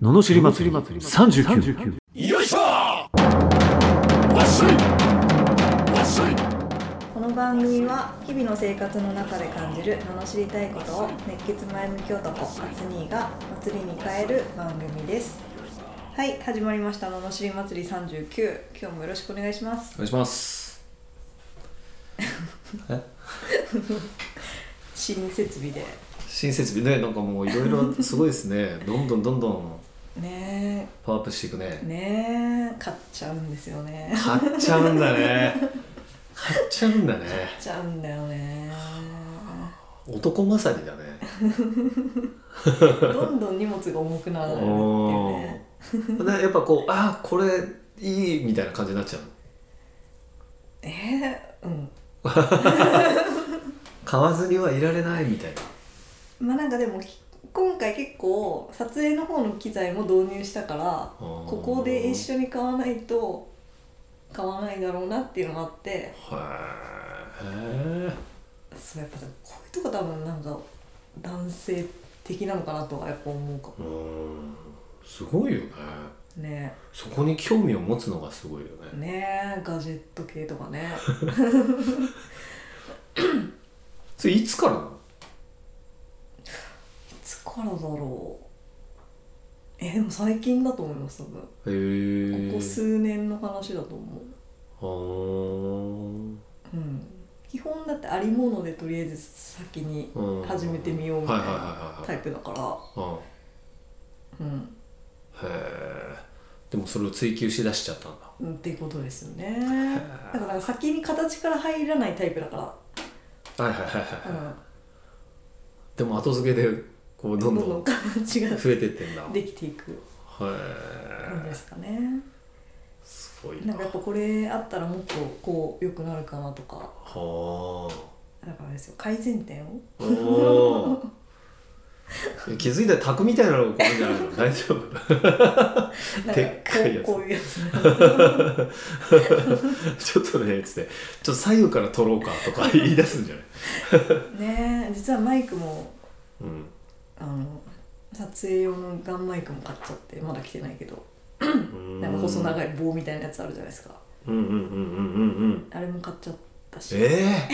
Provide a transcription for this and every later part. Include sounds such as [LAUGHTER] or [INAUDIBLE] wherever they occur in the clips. ののしり祭り39この番組は日々の生活の中で感じる罵りたいことを熱血前向き男アツニーが祭りに変える番組ですはい始まりました罵り祭り39今日もよろしくお願いしますお願いします新設備で新設備ねなんかもういろいろすごいですねどんどんどんどんねパワーアップしていくねえねえ買っちゃうんですよね買っ買っちゃうんだね買っちゃうんだねちゃうんだよね男勝りだねどんどん荷物が重くなるっていうねうんでやっぱこうあこれいいみたいな感じになっちゃうえー、うん買わずにはいられないみたいなまあなんかでもき今回結構撮影の方の機材も導入したからここで一緒に買わないと買わないだろうなっていうのがあってへえそうやっぱこういうとこ多分なんか男性的なのかなとはやっぱ思うかもうんすごいよねねそこに興味を持つのがすごいよねえねえガジェット系とかね [LAUGHS] それいつからなのいつからだろうえでも最近だと思います多分こへえこ数年の話だと思うあーうん基本だってありものでとりあえず先にうん始めてみようみたいはいはいなはいタはいイプだからうんうんへえでもそれを追求しだしちゃったんだうんっていうことですよねだから先に形から入らないタイプだかはいはいはいはい、ら、うん、でも後付けでこうどんどん形が増えてってんだへできていくんえですかねすごいななんかやっぱこれあったらもっとこう良くなるかなとかはだからあれですよ改善点をあおーいや気づいたら卓みたいなのが来るんじゃないの大丈夫なんでっかかいやつこうこういうやつちょっとねつって「ちょっと左右から撮ろうか」とか言い出すんじゃない、ね [LAUGHS] 実はマイクもうん、あの撮影用のガンマイクも買っちゃってまだ来てないけどなんか細長いい棒みたいなやつあるじゃないですかうんうんうんうんうんうんあれも買っちゃったしええ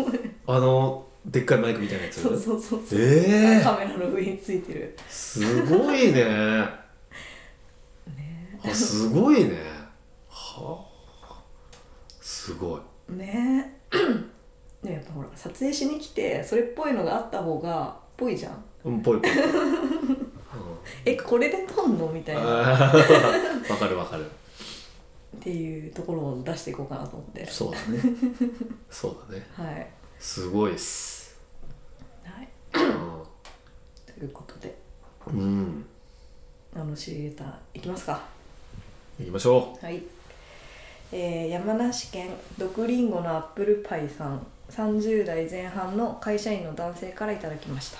[LAUGHS] あのでっかいマイクみたいなやつそうそうそうそう、ええカメラの上についてるすごいね。あすごいね。はあ。すごい。ね [CLEARS THROAT] えねやっぱほら撮影しに来てそれっぽいのがあった方がっぽいじゃんうんぽい [LAUGHS] ぽい。うんえこれで撮んのみたいなっあーわかるわかる。ていうところを出していこうかなと思ってそうだね。そうだね。はい、はい、すごいっす。うということでんうん。あのシリーターいきますか行きましょはい、えー山梨県毒リンゴのアップルパイさん30代前半の会社員の男性からいただきました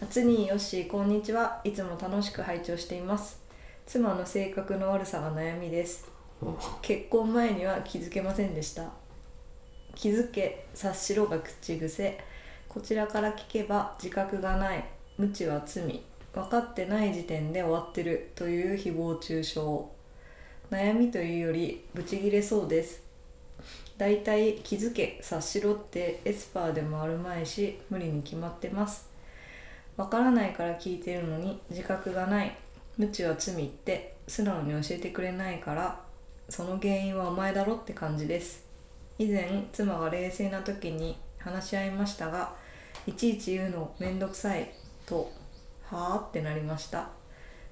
夏によっしーこんにちはいつも楽しく拝聴しています妻の性格の悪さが悩みですう。うん結婚前には気づけませんでした気づけ察しろが口癖こちらから聞けば自覚がない無知は罪分かってない時点で終わってるという誹謗中傷悩みというよりブチギレそうですだいたい気づけ察しろってエスパーでもあるまいし無理に決まってます分からないから聞いてるのに自覚がない無知は罪って素直に教えてくれないからその原因はお前だろって感じです以前妻が冷静な時に話し合いましたがいちいち言うのめんどくさいとはあってなりました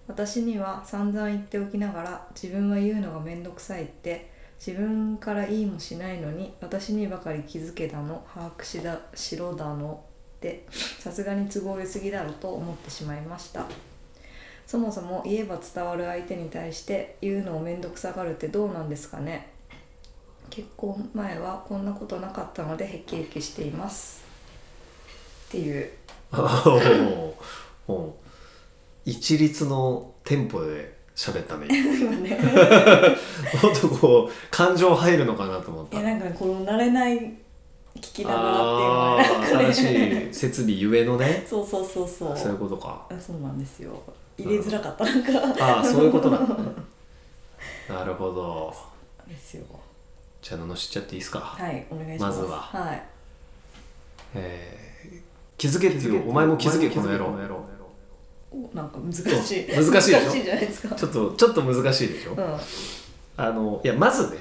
私には散々言っておきながら自分は言うのがめんどくさいって自分から言いもしないのに私にばかり気づけだの把握しだしろだのってさすがに都合良すぎだろと思ってしまいましたそもそも言えば伝わる相手に対して言うのを面倒くさがるってどうなんですかね結婚前はこんなことなかったのでヘキヘキしていますっていう [LAUGHS] あおーうん一律のテンポで喋ったね。今ねもっとこう感情入るのかなと思っいたや。なんかこの慣れない聞きながあらっていうのはあ新しい設備ゆえのねそうそうそうそうそういうことかあそうなんですよ入れづらかったなんか [LAUGHS] ああそういうことなんだね [LAUGHS] なるほどですよじゃあ罵っちゃっていいですか、はいお願いしますまずはいえー気づけっていうお前も気づけこの野郎おなんか難しいそう難しいでしょじゃないですかちょっとちょっと難しいでしょ、うんうんあのいやまずね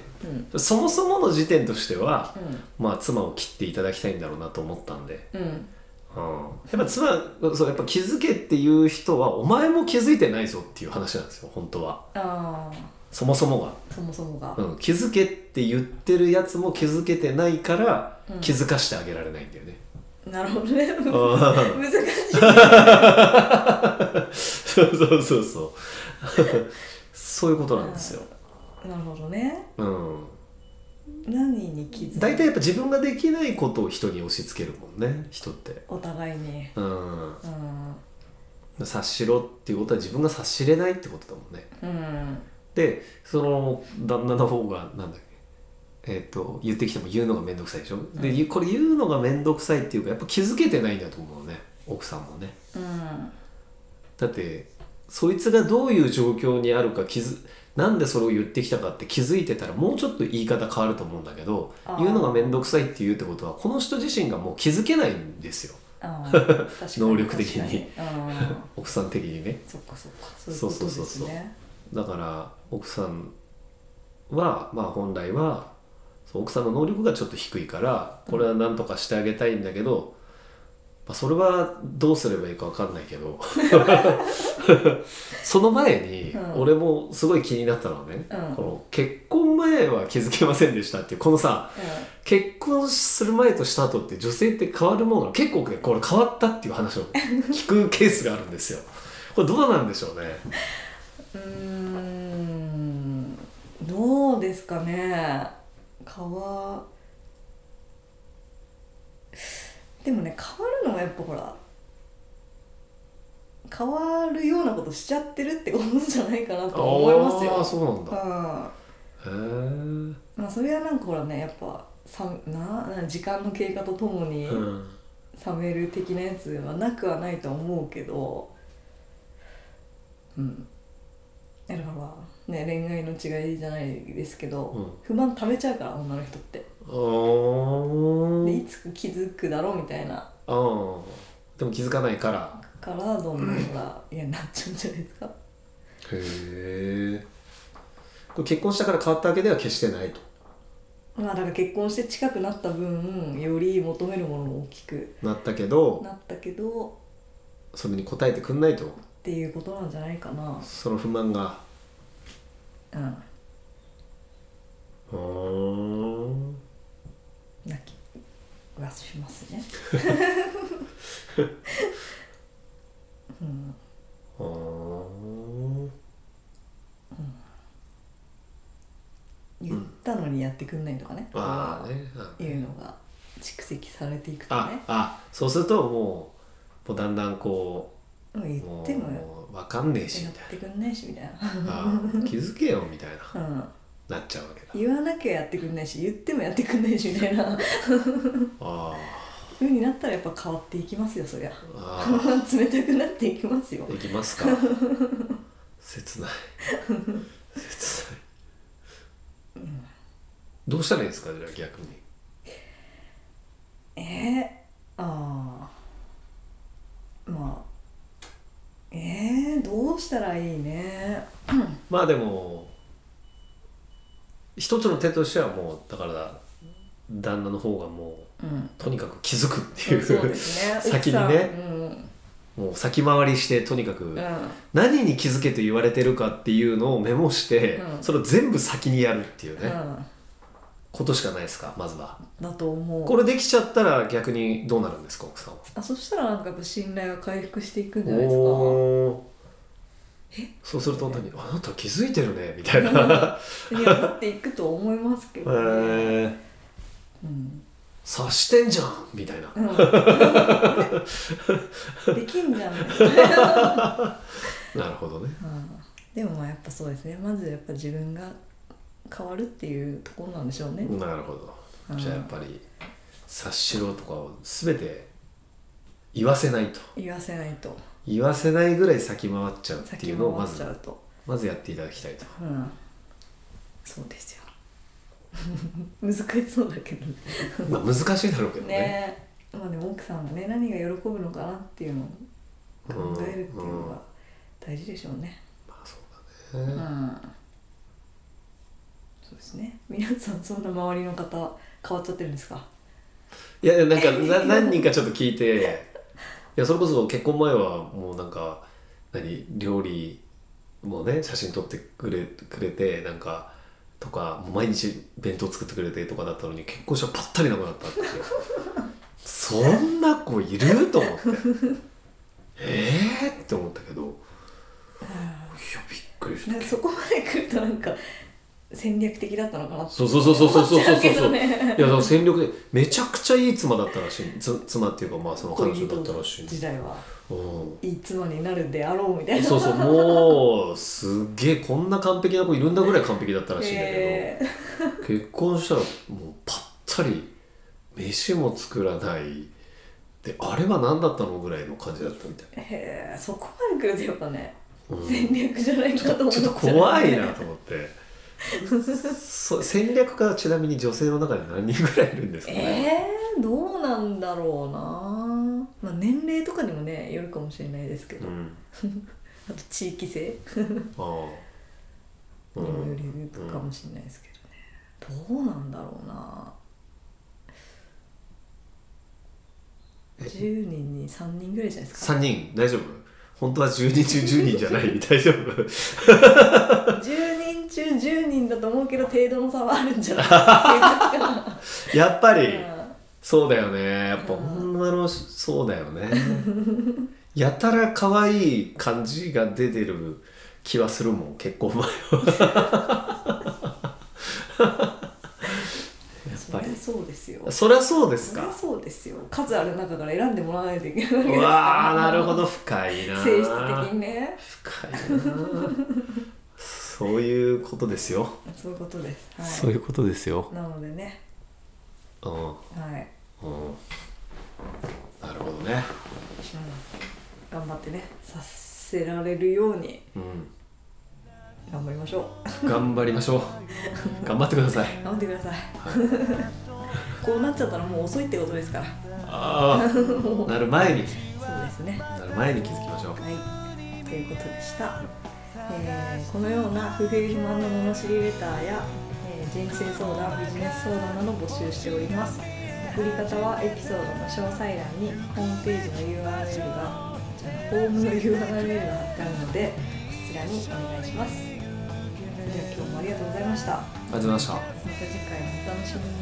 うんそもそもの時点としてはまあ妻を切っていただきたいんだろうなと思ったんで、うんうん、やっぱ妻そうやっぱ気づけっていう人はお前も気づいてないぞっていう話なんですよ本当はあそもそもあそもそもがが、うん、気づけって言ってるやつも気づけてないからうん気づかしてあげられないんだよね、なるほどねうん [LAUGHS] 難しいそうそうそうそうそういうことなんです [LAUGHS] よ、なるほどねうん、何に気づ大体やっぱ自分ができないことを人に押し付けるもんね人って、お互いにうん、うん察しろっていうことは自分が察しれないってことだもんねうんでその旦那の方がなんだっけえっ、と言ってきても言うのが面倒くさいでしょ、でうんゆこれ言うのが面倒くさいっていうかやっぱ気づけてないんだと思うね奥さんもねうんだってそいつがどういう状況にあるか気づなんでそれを言ってきたかって気づいてたらもうちょっと言い方変わると思うんだけどあー言うのが面倒くさいって言うってことはこの人自身がもう気づけないんですよあ [LAUGHS] ー確かに能力的に確かにうん奥さん的にねそっかそっかそういうことですねだから奥さんはまあ本来はそう奥さんの能力がちょっと低いからこれは何とかしてあげたいんだけど、まあ、それはどうすればいいか分かんないけど [LAUGHS] その前にうん俺もすごい気になったのはね、うんこの結婚前は気づけませんでしたっていうこのさ結婚する前とした後って女性って変わるものが結構ねこれ変わったっていう話を [LAUGHS] 聞くケースがあるんですよ。これどうなんでしょうね。うんうーんどうですかね変わでもね変わるのはやっぱほら変わるようなことしちゃってるってことじゃないかなと思いますああよ。そうなんだ。うんへーまあそれはなんかほらねやっぱさなな時間の経過とともにうん、冷める的なやつはなくはないと思うけどうんだからほら、ね、恋愛の違いじゃないですけど、うん不満溜めちゃうから女の人ってあーでいつか気づくだろうみたいなあーでも気づかないからからどんどんほら嫌になっちゃうんじゃないですかへえこれ結婚したから変わったわけでは決してないとまあだから結婚して近くなった分より求めるものも大きくなったけどなったけどそれに応えてくんないとっていうことなんじゃないかなその不満がうんうーん泣きはします [LAUGHS] ね。うん、あー言ったのにやってくんないとかね、あーねあいうのが蓄積されていくとあねあそうするともうもうだんだんこもう言うっもてもやう分かんねえしみたいってくんないしみたいなあー気づけよみたいなな、うん、なっちゃうわけだ言わなきゃやってくんないし言ってもやってくんないしみたいなあー風になったらやっぱ変わっていきますよそりゃ [LAUGHS] あー冷たくなっていきますよできますか切ない切ないどうしたらいいですかじゃあ逆にえー、ああまあえー、どうしたらいいねまあでも一つの手としてはもうだから旦那の方がもうんうとにかく気づくっていう,、そうですね先に奥さんねもう先回りしてとにかく、うん、うん、何に気づけと言われてるかっていうのをメモして、うんそれを全部先にやるっていうね、うんことしかないですかまずはだと思うこれできちゃったら逆にどうなるんですか奥さんはあそしたらなんかやっぱ信頼が回復していくんじゃないですかおーそうすると何あなた気づいてるねみたい [LAUGHS] ないやなっていくと思いますけえどね、ー、うん察してんじゃんみたいなうんできんじゃん、なるほどねうんでもまあやっぱそうですねまずやっぱ自分が変わるっていうところなんでしょうね、なるほどじゃあやっぱり察しろとかを全て言わせないと言わせないと言わせないぐらい先回っちゃうってい先うをのをま回っずちゃうとまずやっていただきたいと [LAUGHS] うんそうですよ [LAUGHS] 難しそうだけどねまあ難しいだろうけどねねえまあでも奥さんもね何が喜ぶのかなっていうのを考えるっていうのが大事でしょうねまあそうだうね、んそうですね皆さんそんな周りの方変わっちゃってるんですかいやいやなんかな何人かちょっと聞いていやそれこそ結婚前はもうなんか何料理もね写真撮ってくれくれてなんかとかもう毎日弁当作ってくれてとかだったのに結婚したらぱったりなくなったってそんな子いると思って [LAUGHS] ええー、って思ったけどいやびっくりしなんたかそこまで来るとなんか戦略的だったのかなってそうそうそうそうそうそうそうそう思っちゃうけどねいやでも戦略でめちゃくちゃいい妻だったらしいつ妻っていうかまあその彼恋女だ人ったらしいんです時代はうんいい妻になるであろうみたいなそうそうもうすっげえこんな完璧な子いるんだぐらい完璧だったらしいんだけど、えー結婚したらもうぱったり飯も作らないであれは何だったのぐらいの感じだったみたいへえそこまで来るとやっぱね、な、うん [LAUGHS] 戦略じゃないちょかっとと思っちょっとちゃう怖い [LAUGHS] なと思ってそう戦略家はちなみに女性の中で何人ぐらいいるんですかね、えー、どうなんだろうなまあ年齢とかにもねよるかもしれないですけど、うあんと地域性ああうにもよんるかもしれないですけどね、どうなんだろうなえ10人に3人ぐらいじゃないですか3人大丈夫本当は10人中10人じゃない [LAUGHS] 大丈夫10人中10人だと思うけど程度の差はあるんじゃない [LAUGHS] かやっぱり、うんそうだよねやっぱうん女のしそうだよねやたら可愛い感じが出てる気はするもん結婚前 [LAUGHS] はやっそぱりゃりそうですよそりゃそうですそりかゃそうですよ数ある中から選んでもらわないといけないわけでうすからわーなるほど深いな性質的にね深いなそういうことですよ、そういうことです、はい、そういうことですよなのでねうんはい、うんなるほどね頑張ってねさせられるようにうん頑張りましょう頑張りましょう頑張ってください頑張ってください [LAUGHS] こうなっちゃったらもう遅いってことですからああ [LAUGHS] なる前にそうですねなる前に気づきましょうはい、ということでした、えーこのような不平不満の罵りレターや、えー人生相談ビジネス相談など募集しております送り方はエピソードの詳細欄にホームページの URL がじゃあホームの URL が貼ってあるのでそちらにお願いしますでは今日もありがとうございましたまありがとうございましたた次回もお楽しみに